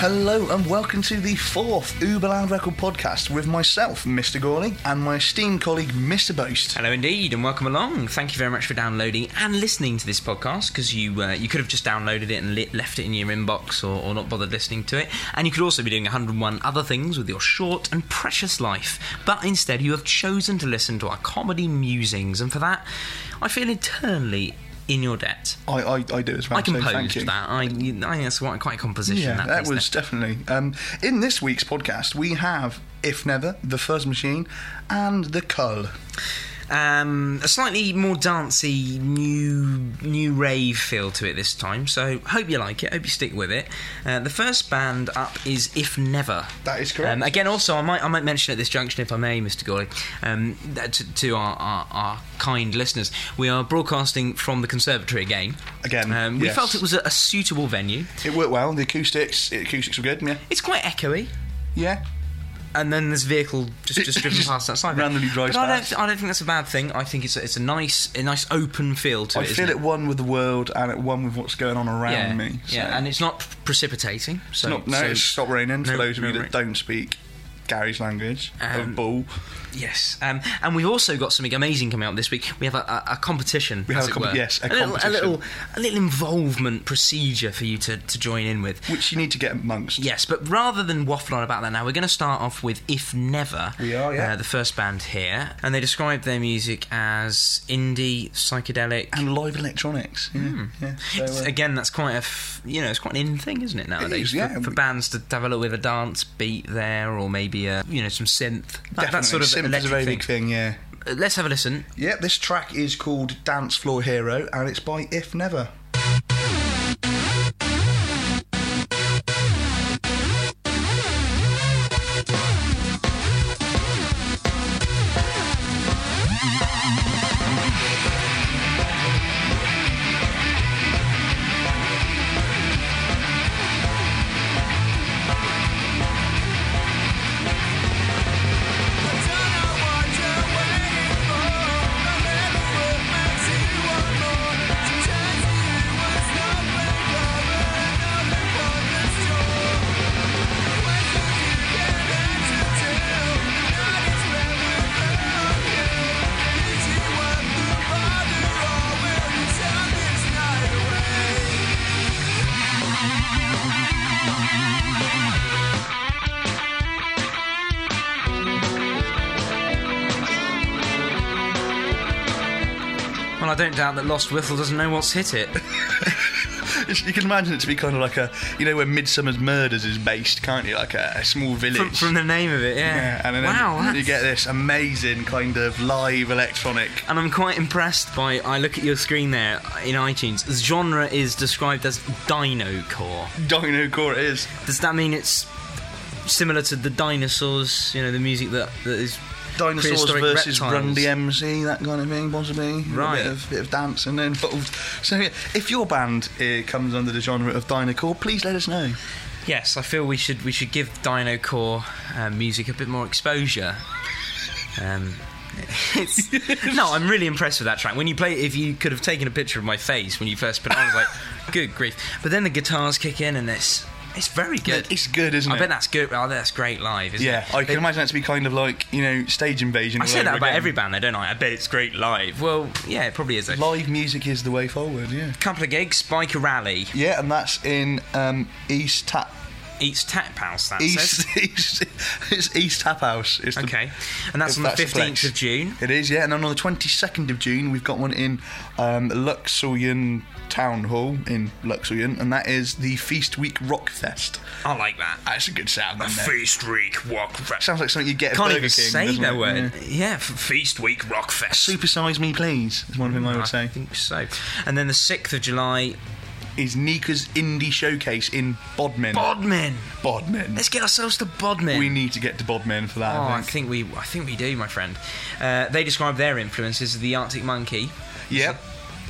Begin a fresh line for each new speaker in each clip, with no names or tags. Hello and welcome to the fourth Uberland Record Podcast with myself, Mr. Gawley, and my esteemed colleague, Mr. Boast.
Hello, indeed, and welcome along. Thank you very much for downloading and listening to this podcast because you uh, you could have just downloaded it and li- left it in your inbox or, or not bothered listening to it. And you could also be doing 101 other things with your short and precious life. But instead, you have chosen to listen to our comedy musings, and for that, I feel eternally in your debt.
I, I, I do as well.
I
so
composed
thank you.
that. I, I think that's quite quite a composition.
Yeah,
that,
that
piece
was
there.
definitely. Um, in this week's podcast, we have If Never, The Fuzz Machine, and The Cull.
um, a slightly more dancey new new rave feel to it this time. So hope you like it. Hope you stick with it. Uh, the first band up is If Never.
That is correct.
Um, again, also I might I might mention at this junction, if I may, Mr. Gawley, um, that to, to our, our our kind listeners, we are broadcasting from the conservatory again.
Again,
um, we
yes.
felt it was a, a suitable venue.
It worked well. The acoustics, the acoustics were good. Yeah,
It's quite echoey.
yeah.
and then this vehicle just, just driven
Just
past that side.
randomly
but
drives
I
past.
don't, I don't think that's a bad thing. I think it's a, it's a nice a nice open feel to
I
Oh, it. isn't
feel at one with the world and at one with what's going on around
yeah,
me.
yeah, and it's not precipitating. So
not, no,
so-
it's stop raining for
no-
those of
no
you that
rain.
don't speak Gary's language
Um,
of bull.
Yes, um, and we've also got something amazing coming up this week. We have a, a, a competition.
We have
as
a
it
compe-
were.
yes, a
little, a
competition.
little a little involvement procedure for you to, to join in with.
which you need to get amongst.
Yes, but rather than waffle on about that now, we're going to start off with If Never.
We are, yeah.
Uh, the first band here. And they describe their music as indie, psychedelic.
And live electronics. Yeah. yeah. So,
It's-
uh,
again, that's quite a f- you know it's quite an in thing, isn't it nowadays?
is, yeah.
for, for bands to have a little with a dance beat there, or maybe a you know some synth. That, that
definitely.
sort
Synth
of
is a
electric
very
thing.
big thing, yeah.
Uh, Let's have a listen.
Yeah, this track is called Dance Floor Hero and it's by If Never.
Well, I don't doubt that Lost Whistle doesn't know what's hit it.
It's, you can imagine it to be kind of like a, you know, where Midsummer's Murders is based, can't you? Like a, a small village.
from, from the name of it, yeah.
yeah, and then
wow, that's-
you get this amazing kind of live electronic.
and I'm quite impressed by. I look at your screen there in iTunes. The genre is described as dino core.
Dino core it is.
Does that mean it's similar to the dinosaurs? You know, the music that that is
Dinosaurs
prehistoric
versus
reptiles?
Run DMC, that kind of thing, possibly.
Right.
A bit of, bit of dancing involved. So, yeah, if your band uh, comes under the genre of Dynacore, please let us know.
Yes, I feel we should we should give Dino Core uh, music a bit more exposure. Um, it's, no, I'm really impressed with that track. When you play, if you could have taken a picture of my face when you first put it on, I was like, good grief. But then the guitars kick in, and it's it's very good.
It's good, isn't
I
it?
bet that's good. I bet that's great live, isn't
Yeah,
it?
I can
They-
imagine that to be kind of like you know stage invasion.
I
all
say that
over
about
again.
every band, though, don't I? I bet it's great live. Well, yeah, it probably is. A
Live music is the way forward. Yeah.
couple of gigs, Spike Rally,
Yeah, and that's in um, East Tap
Eats Tap House. That says.
East, East it's East Tap House. It's the-
Okay, and
if
that's on the
place.
fifteenth of June.
It is, yeah, and then on the twenty second of June we've got one in um, Luxulyan Town Hall in Luxulyan, and that is the Feast Week Rock Fest.
I like that.
That's a good sound. Isn't it?
Feast Week Rock Fest.
Sounds like something you get at
Can't
Burger King.
even say
doesn't
that
it?
word.
Yeah.
Yeah, f- Feast Week Rock Fest.
Supersize me, please. Is one thing I would
I
say.
think so. And then the sixth of July,
Is Nika's Indie Showcase in Bodmin.
Bodmin.
Bodmin.
Let's get ourselves to Bodmin.
We need to get to Bodmin for that.
Oh,
I
I
think.
think we, I think we do, my friend. Uh, they describe their influences as the Arctic Monkey.
Yep.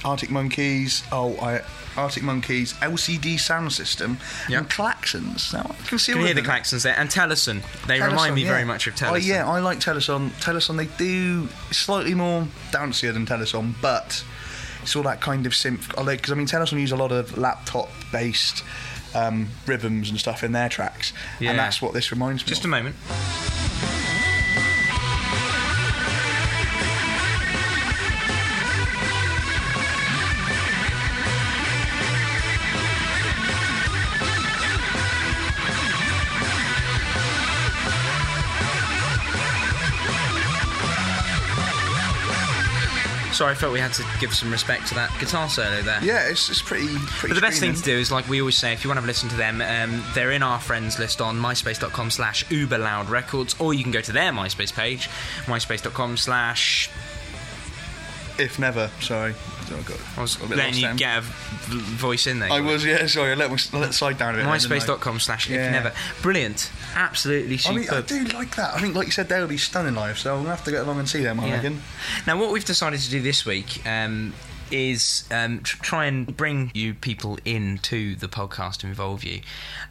Arctic Monkeys. Oh, I, Arctic Monkeys. LCD sound system
Yep.
and Klaxons. Now I can see
You
all
can hear
of
the
them.
Claxons there, and Tellison. They remind
Teleson,
me
yeah.
very much of Tellison.
Oh yeah, I like Teleson. Teleson, they do slightly more dancier than Teleson, but it's all that kind of synth. Because I mean, Teleson use a lot of laptop-based um, rhythms and stuff in their tracks.
Yeah.
And that's what this reminds me
Just a
of.
moment. Sorry, I felt we had to give some respect to that guitar solo there.
yeah, it's, it's pretty, pretty
But the best thing to
screaming.
do is, like we always say, if you want to have a listen to them, um, they're in our friends list on myspace.com slash uberloud records, or you can go to their MySpace page, myspace.com slash...
If never, sorry. Oh, God.
I was
Got a bit
letting
lost
you
then.
get a v- voice in there.
I was, yeah, sorry. I let, my, I let the side down a bit. then, didn't I?
myspace.com slash
Yeah.
if never. Brilliant. Absolutely
I
superb.
mean, I do like that. I think, like you said, they'll be stunning live, so I'm going to have to get along and see them, I
Yeah.
reckon.
Now, what we've decided to do this week um, is um, tr- try and bring you people into the podcast, involve you.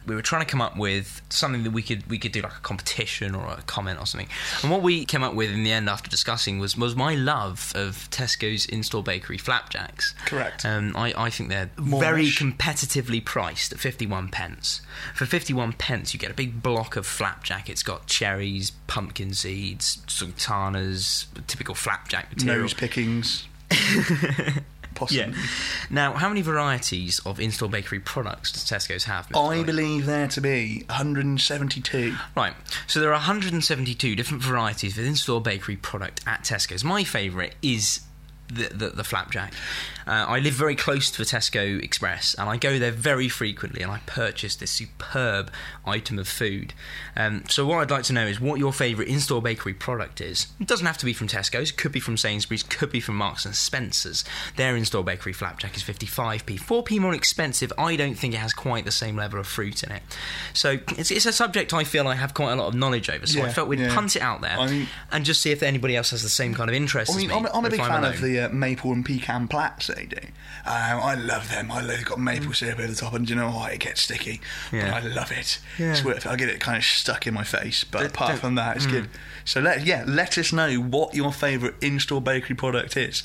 We were trying to come up with something that we could we could do like a competition or a comment or something. And what we came up with in the end after discussing was was my love of Tesco's in-store bakery flapjacks.
Correct.
Um, I, I think they're
Moorish.
very competitively priced at 51 pence. For 51 pence, you get a big block of flapjack. It's got cherries, pumpkin seeds, sultanas, typical flapjack material.
Nose pickings.
yeah.
Possibly.
Now, how many varieties of in-store bakery products does Tesco's have? Mr.
I
Lloyd?
believe there to be 172.
Right, so there are 172 different varieties of in-store bakery product at Tesco's. My favourite is the, the, the flapjack. Uh, I live very close to the Tesco Express, and I go there very frequently, and I purchase this superb item of food. Um, so what I'd like to know is what your favourite in-store bakery product is. It doesn't have to be from Tesco's. Could be from Sainsbury's. Could be from Marks and Spencers. Their in-store bakery flapjack is 55p, 4p more expensive. I don't think it has quite the same level of fruit in it. So it's, it's a subject I feel I have quite a lot of knowledge over. So I
Yeah,
felt we'd
yeah.
punt it out there
I mean-
and just see if anybody else has the same kind of interest.
I mean,
as me,
I'm, I'm
or
a
if
big fan of
alone.
the uh, maple and pecan plats they do. Um, I love them. I love they've got maple syrup at the top, and do you know what? It gets sticky,
Mm. Yeah.
but I love it.
Yeah.
It's worth it. I get it kind of stuck in my face, but
Don't-
apart
don't- Mm.
from that, it's good. So let yeah, let us know what your favourite in-store bakery product is.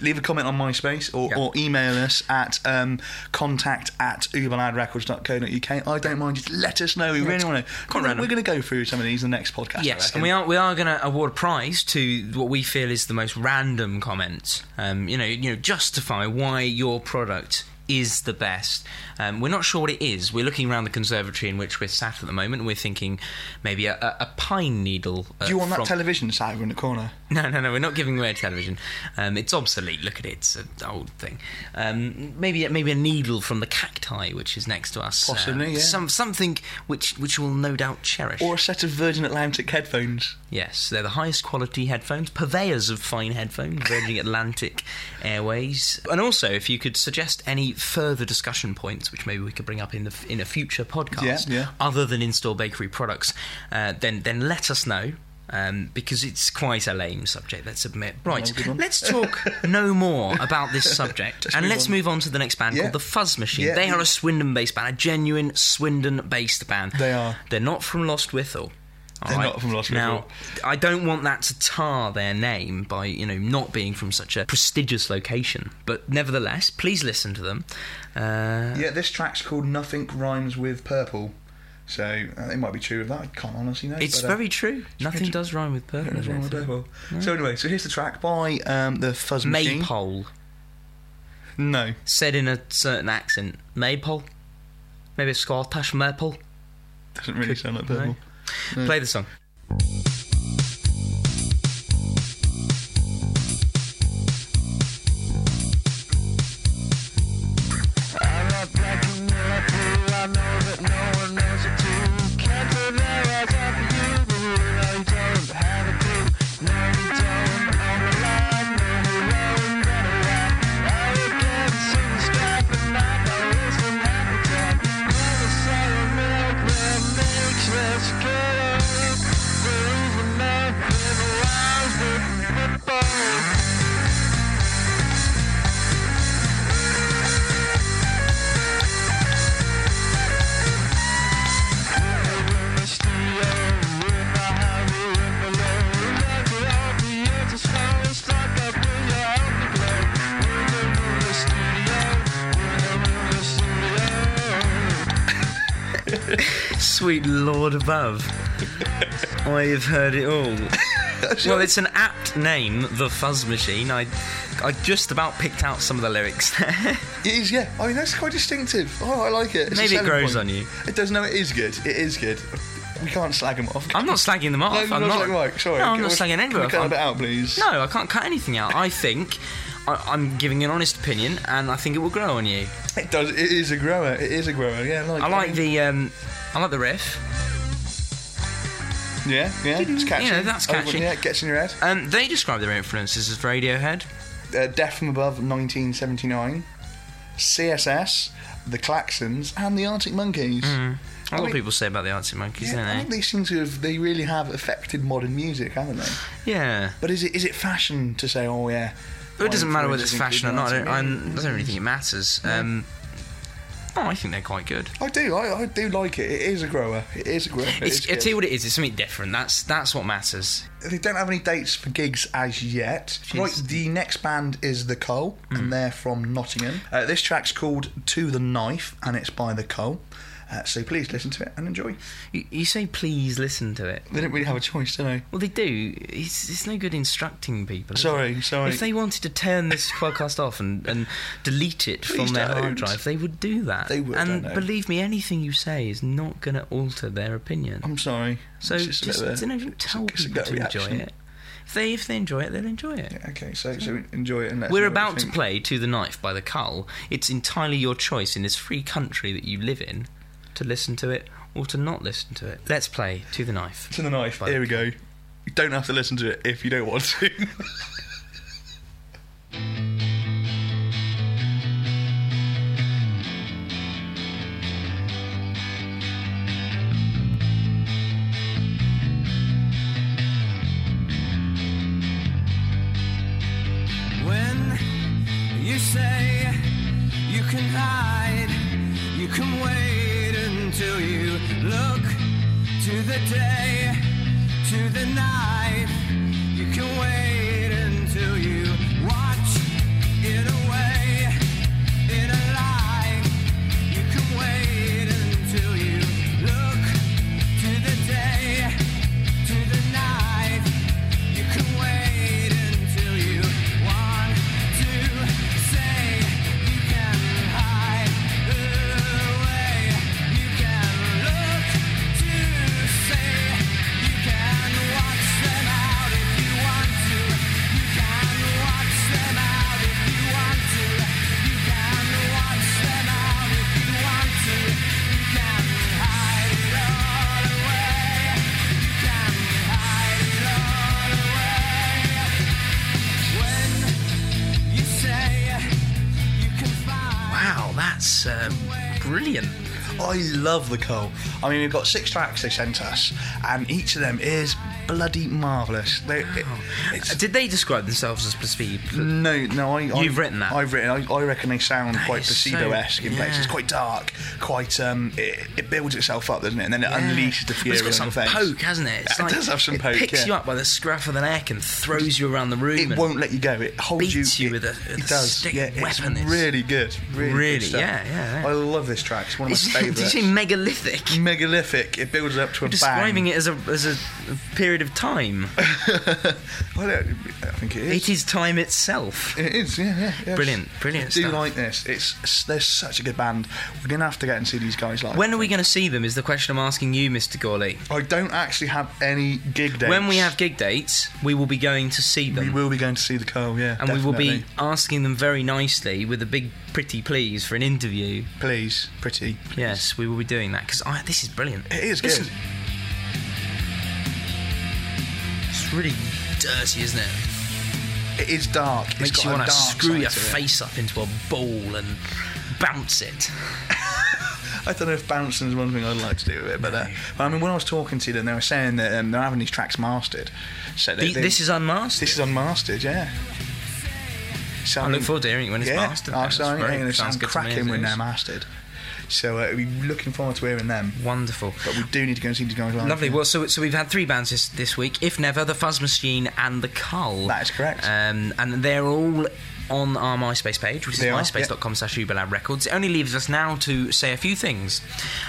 Leave a comment on MySpace or,
Yeah.
or email us at um, contact at uberlandrecords.co.uk. I don't mind. Just let us know. We really want to.
quite
We're
random.
going to go through some of these in the next podcast. I
Yes,
reckon.
and we are we are going to award a prize to what we feel is the most random comment. Um, you know, you know, justify why your product is the best. Um, we're not sure what it is. We're looking around the conservatory in which we're sat at the moment. and We're thinking maybe a, a, a pine needle. Uh,
Do you want that
from-
television sat over in the corner?
No, no, no. We're not giving away a television. Um, it's obsolete. Look at it. It's an old thing. Um, maybe maybe a needle from the cacti which is next to us. Um,
Possibly, yeah.
Some something which which you will no doubt cherish.
Or a set of Virgin Atlantic headphones.
Yes, they're the highest quality headphones, purveyors of fine headphones, Virgin Atlantic Airways. And also, if you could suggest any further discussion points, which maybe we could bring up in the in a future podcast,
Yeah, yeah.
other than in-store bakery products, uh, then then let us know. Um, because it's quite a lame subject, let's admit. Right,
good one.
let's talk no more about this subject, and
move
let's
on.
move on to the next band
Yeah.
called the Fuzz Machine.
Yeah.
They are a Swindon-based band, a genuine Swindon-based band.
They are.
They're not from Lost Withal. all
They're not from Lost
now,
Withal.
I don't want that to tar their name by, you know, not being from such a prestigious location. But nevertheless, please listen to them. Uh,
Yeah, this track's called Nothing Rhymes with Purple. So uh, it might be true of that. I can't honestly know.
it's
but, uh,
very true. Nothing
pretty-
does rhyme with purple.
nothing
I
wrong with
don't think.
Purple. So anyway, so here's the track by um, the Fuzz Machine.
Maypole.
No,
Said in a certain accent. Maypole? Maybe a Scottish maple?
doesn't really sound like Purple.
no. Play the song.
Let's get up, believe
Sweet Lord above. I have heard it all. Well, it's an apt name, The Fuzz Machine. I, I just about picked out some of the lyrics there.
It is, yeah. I mean, that's quite distinctive. Oh, I like it. It's a
Maybe it
selling
grows
point.
on you.
It does. No, it is good. It is good. We can't slag him off.
I'm not slagging them off.
No, you're
I'm
not slagging Mike. Sorry.
No, I'm
Can
not
we-
slagging
Can
anyone
we
off.
cut
I'm-
it out, please?
No, I can't cut anything out. I think I, I'm giving an honest opinion, and I think it will grow on you.
It does. It is a grower. It is a grower. Yeah, I like.
I
it.
like the um, I like the riff.
Yeah, yeah. It's catchy.
Yeah, that's
Oh,
catchy.
yeah, it gets in your head.
Um, they describe their influences as Radiohead.
Uh, Death from Above, 1979. CSS, The Claxons, and The Arctic Monkeys.
Hmm. A lot
mean-
of people say about the Arctic Monkeys,
Oh, Yeah, I
don't
think
they?
they seem to have. They really have affected modern music, haven't they?
Yeah.
But is it is it fashion to say, oh yeah?
But it doesn't matter whether it's
influences
fashion or not. I
include
don't, I
Arctic
don't really think it matters. Um, oh, I think they're quite good.
I do. I, I do like it. It is a grower. It is a grower. It
It's,
is
I
good.
tell you what it is. It's something different. That's that's what matters.
They don't have any dates for gigs as yet.
Jeez. Hmm.
Right, the next band is The Coal, and they're from Nottingham. Uh, this track's called To the Knife, and it's by The Coal. Uh, so please listen to it and enjoy.
You, you say please listen to it.
They didn't really have a choice, did they?
Well, they do. It's, it's no good instructing people. is it?
Sorry, sorry.
If they wanted to turn this podcast off and, and delete it
Please
from their
don't.
hard drive, they would do that.
They would,
And
I know.
believe me, anything you say is not going to alter their opinion.
I'm sorry.
so
It's
just,
a bit of a-
you know,
it's a-
tell
it's a
people
gut
to enjoy
reaction.
it. If they if they enjoy it, they'll enjoy it.
Okay, so, so enjoy it. And let us
We're
know what you
about to
think.
play To the Knife by The Cull. It's entirely your choice in this free country that you live in to listen to it or to not listen to it. Let's play To the Knife.
To the Knife.
Bye.
Here we go. You don't have to listen to it if you don't want to.
When you say you can hide, you can wait until you look to the day, to the knife. You can wait until you watch it away in a lie. You can wait until you look to the day, to the knife. You can wait until you want to say you can hide away. You can look to say you can watch them out if you want to. You can watch them out if you want to. You can watch them out if you want to. You can hide it all away. You can hide it all away. When you say you can find.
Wow, that's uh, brilliant.
I love the Cole. I mean, we've got six tracks they sent us, and each of them is bloody marvellous. They, it- it's-
Did they describe themselves as placebo?
no, no, I, I-
You've written that.
I've written. I, I reckon they sound quite
is so-
placebo-esque in places. It's
yeah.
quite dark, quite. Um, it, it builds itself up, doesn't it? And then it unleashes the
But
fury
It's got
on
some
the face.
poke, hasn't it? It's
It does have some
it
poke,
It picks
yeah.
you up by the scruff of the neck and throws you around the room.
It
and
won't let you go. It holds
Beats you
it-
with a- with
it
a
does.
stick
yeah, it's
weapon. It's-
really good. Really, good
Really,
stuff.
yeah, yeah, yeah.
I love this track. It's one of my
It's- Did you
favourites.
say megalithic?
megalithic. It builds up to a
Describing
bang.
it as a as a period of time.
I, don't, I think it is.
It is time itself.
It is, yeah, yeah. yeah.
Brilliant, brilliant
I do
stuff.
like this. It's they're such a good band. We're gonna have to get and see these guys live.
When are we going to see them? Is the question I'm asking you, Mr. Gawley.
I don't actually have any gig dates.
When we have gig dates, we will be going to see
we
them.
will be going to see the Curl, yeah.
and we will be
definitely.
asking them very nicely with a big pretty please for an interview.
please, pretty.
Yes, we will be doing that because this is brilliant.
It is
Listen,
good.
It's really dirty, isn't it?
It is dark. It's
Makes
got
you
a
want to
dark
screw
side
your
to it.
face up into a ball and bounce it.
I don't know if bouncing is one thing I'd like to do with it, but, uh, but I mean, when I was talking to them, they were saying that um, they're having these tracks mastered. So they,
The-
they-
this is unmasked.
this is unmastered, yeah. So
I
mean-
look forward to hearing it when it's
yeah,
mastered.
oh,
That's
so I
great.
think they
Sounds
sound
good to me,
cracking
as
when
it
they're
is.
mastered. So uh, we're looking forward to hearing them.
Wonderful.
But we do need to go and see these guys live.
Lovely. Well, so so we've had three bands this, this week. If never, the Fuzz Machine and the Cull.
That is correct.
Um, and they're all on our MySpace page, which is
They are,
myspace.com slash Uberlab Records. It only leaves us now to say a few things.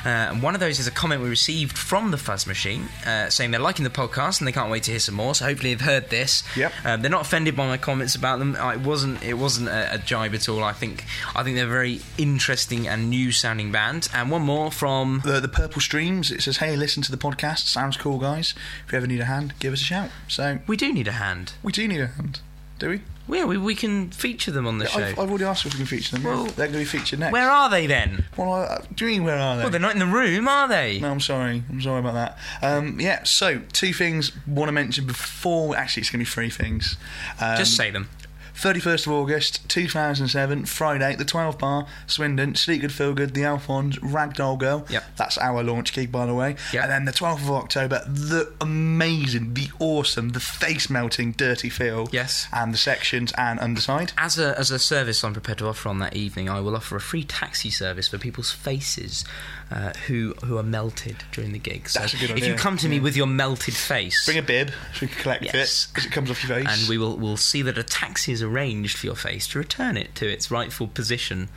Uh, one of those is a comment we received from the Fuzz Machine uh, saying they're liking the podcast and they can't wait to hear some more, so hopefully they've heard this.
Yep.
Um, they're not offended by my comments about them. Uh, it wasn't it wasn't a, a jibe at all. I think I think they're a very interesting and new sounding band. And one more from
The, the Purple Streams, it says, hey, listen to the podcast. Sounds cool, guys. If you ever need a hand, give us a shout. So
we do need a hand.
we do need a hand, do we?
Yeah, we, we can feature them on the show.
I've, I've already asked if we can feature them.
Well-
They're going to be featured next.
Where are they then?
Well, I, I- do you mean where are they?
Well, they're not in the room, are they?
No, I'm sorry. I'm sorry about that. Um, yeah, so two things want to mention before. Actually, it's going to be three things. Um,
Just say them.
31st of August 2007, Friday, the 12 Bar, Swindon, Sleep Good Feel Good, The Alphons, Ragdoll Girl.
Yep.
That's our launch gig, by the way.
Yep.
And then the 12th of October, the amazing, the awesome, the face melting Dirty Feel.
Yes.
And the sections and underside.
As a, as a service I'm prepared to offer on that evening, I will offer a free taxi service for people's faces uh, who who are melted during the gig. So
That's a good
if you
idea,
come to me with your melted face,
Bring a bib so we can collect
Yes.
it because it comes off your face.
and we will will see that a taxi is arranged for your face to return it to its rightful position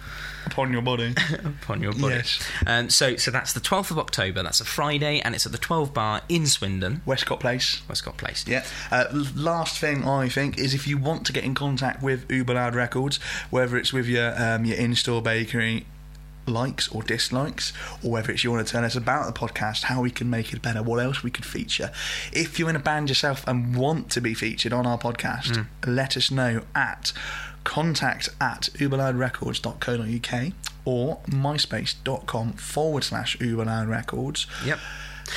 upon your body.
upon your body.
Yes.
Um, so so that's the 12th of October. That's a Friday, and it's at the 12 Bar in Swindon,
Westcott Place.
Westcott Place.
Yeah. Uh, l- last thing I think is if you want to get in contact with Uberlad Records, whether it's with your um, your in-store bakery likes or dislikes, or whether it's you want to tell us about the podcast, how we can make it better, what else we could feature. If you're in a band yourself and want to be featured on our podcast, let us know at contact at uberloudrecords.co.uk or myspace.com forward slash uberloud records.
Yep.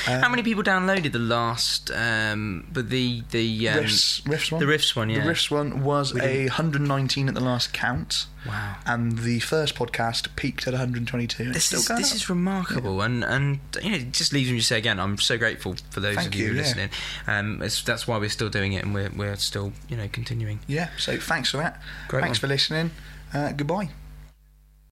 How many people downloaded the last? Um, but the the um,
Riffs, Riffs one.
the Riffs one, yeah.
The Riffs one was a 119 at the last count.
Wow.
And the first podcast peaked at 122. It's
This
still
is,
going
this
up.
is remarkable, and and you know, it just leaves me to say again, I'm so grateful for those
Thank
of you,
you,
who are
yeah.
listening. Um, it's, that's why we're still doing it, and we're we're still you know continuing.
Yeah. So thanks for that.
Great
thanks for
one.
listening. Uh, goodbye.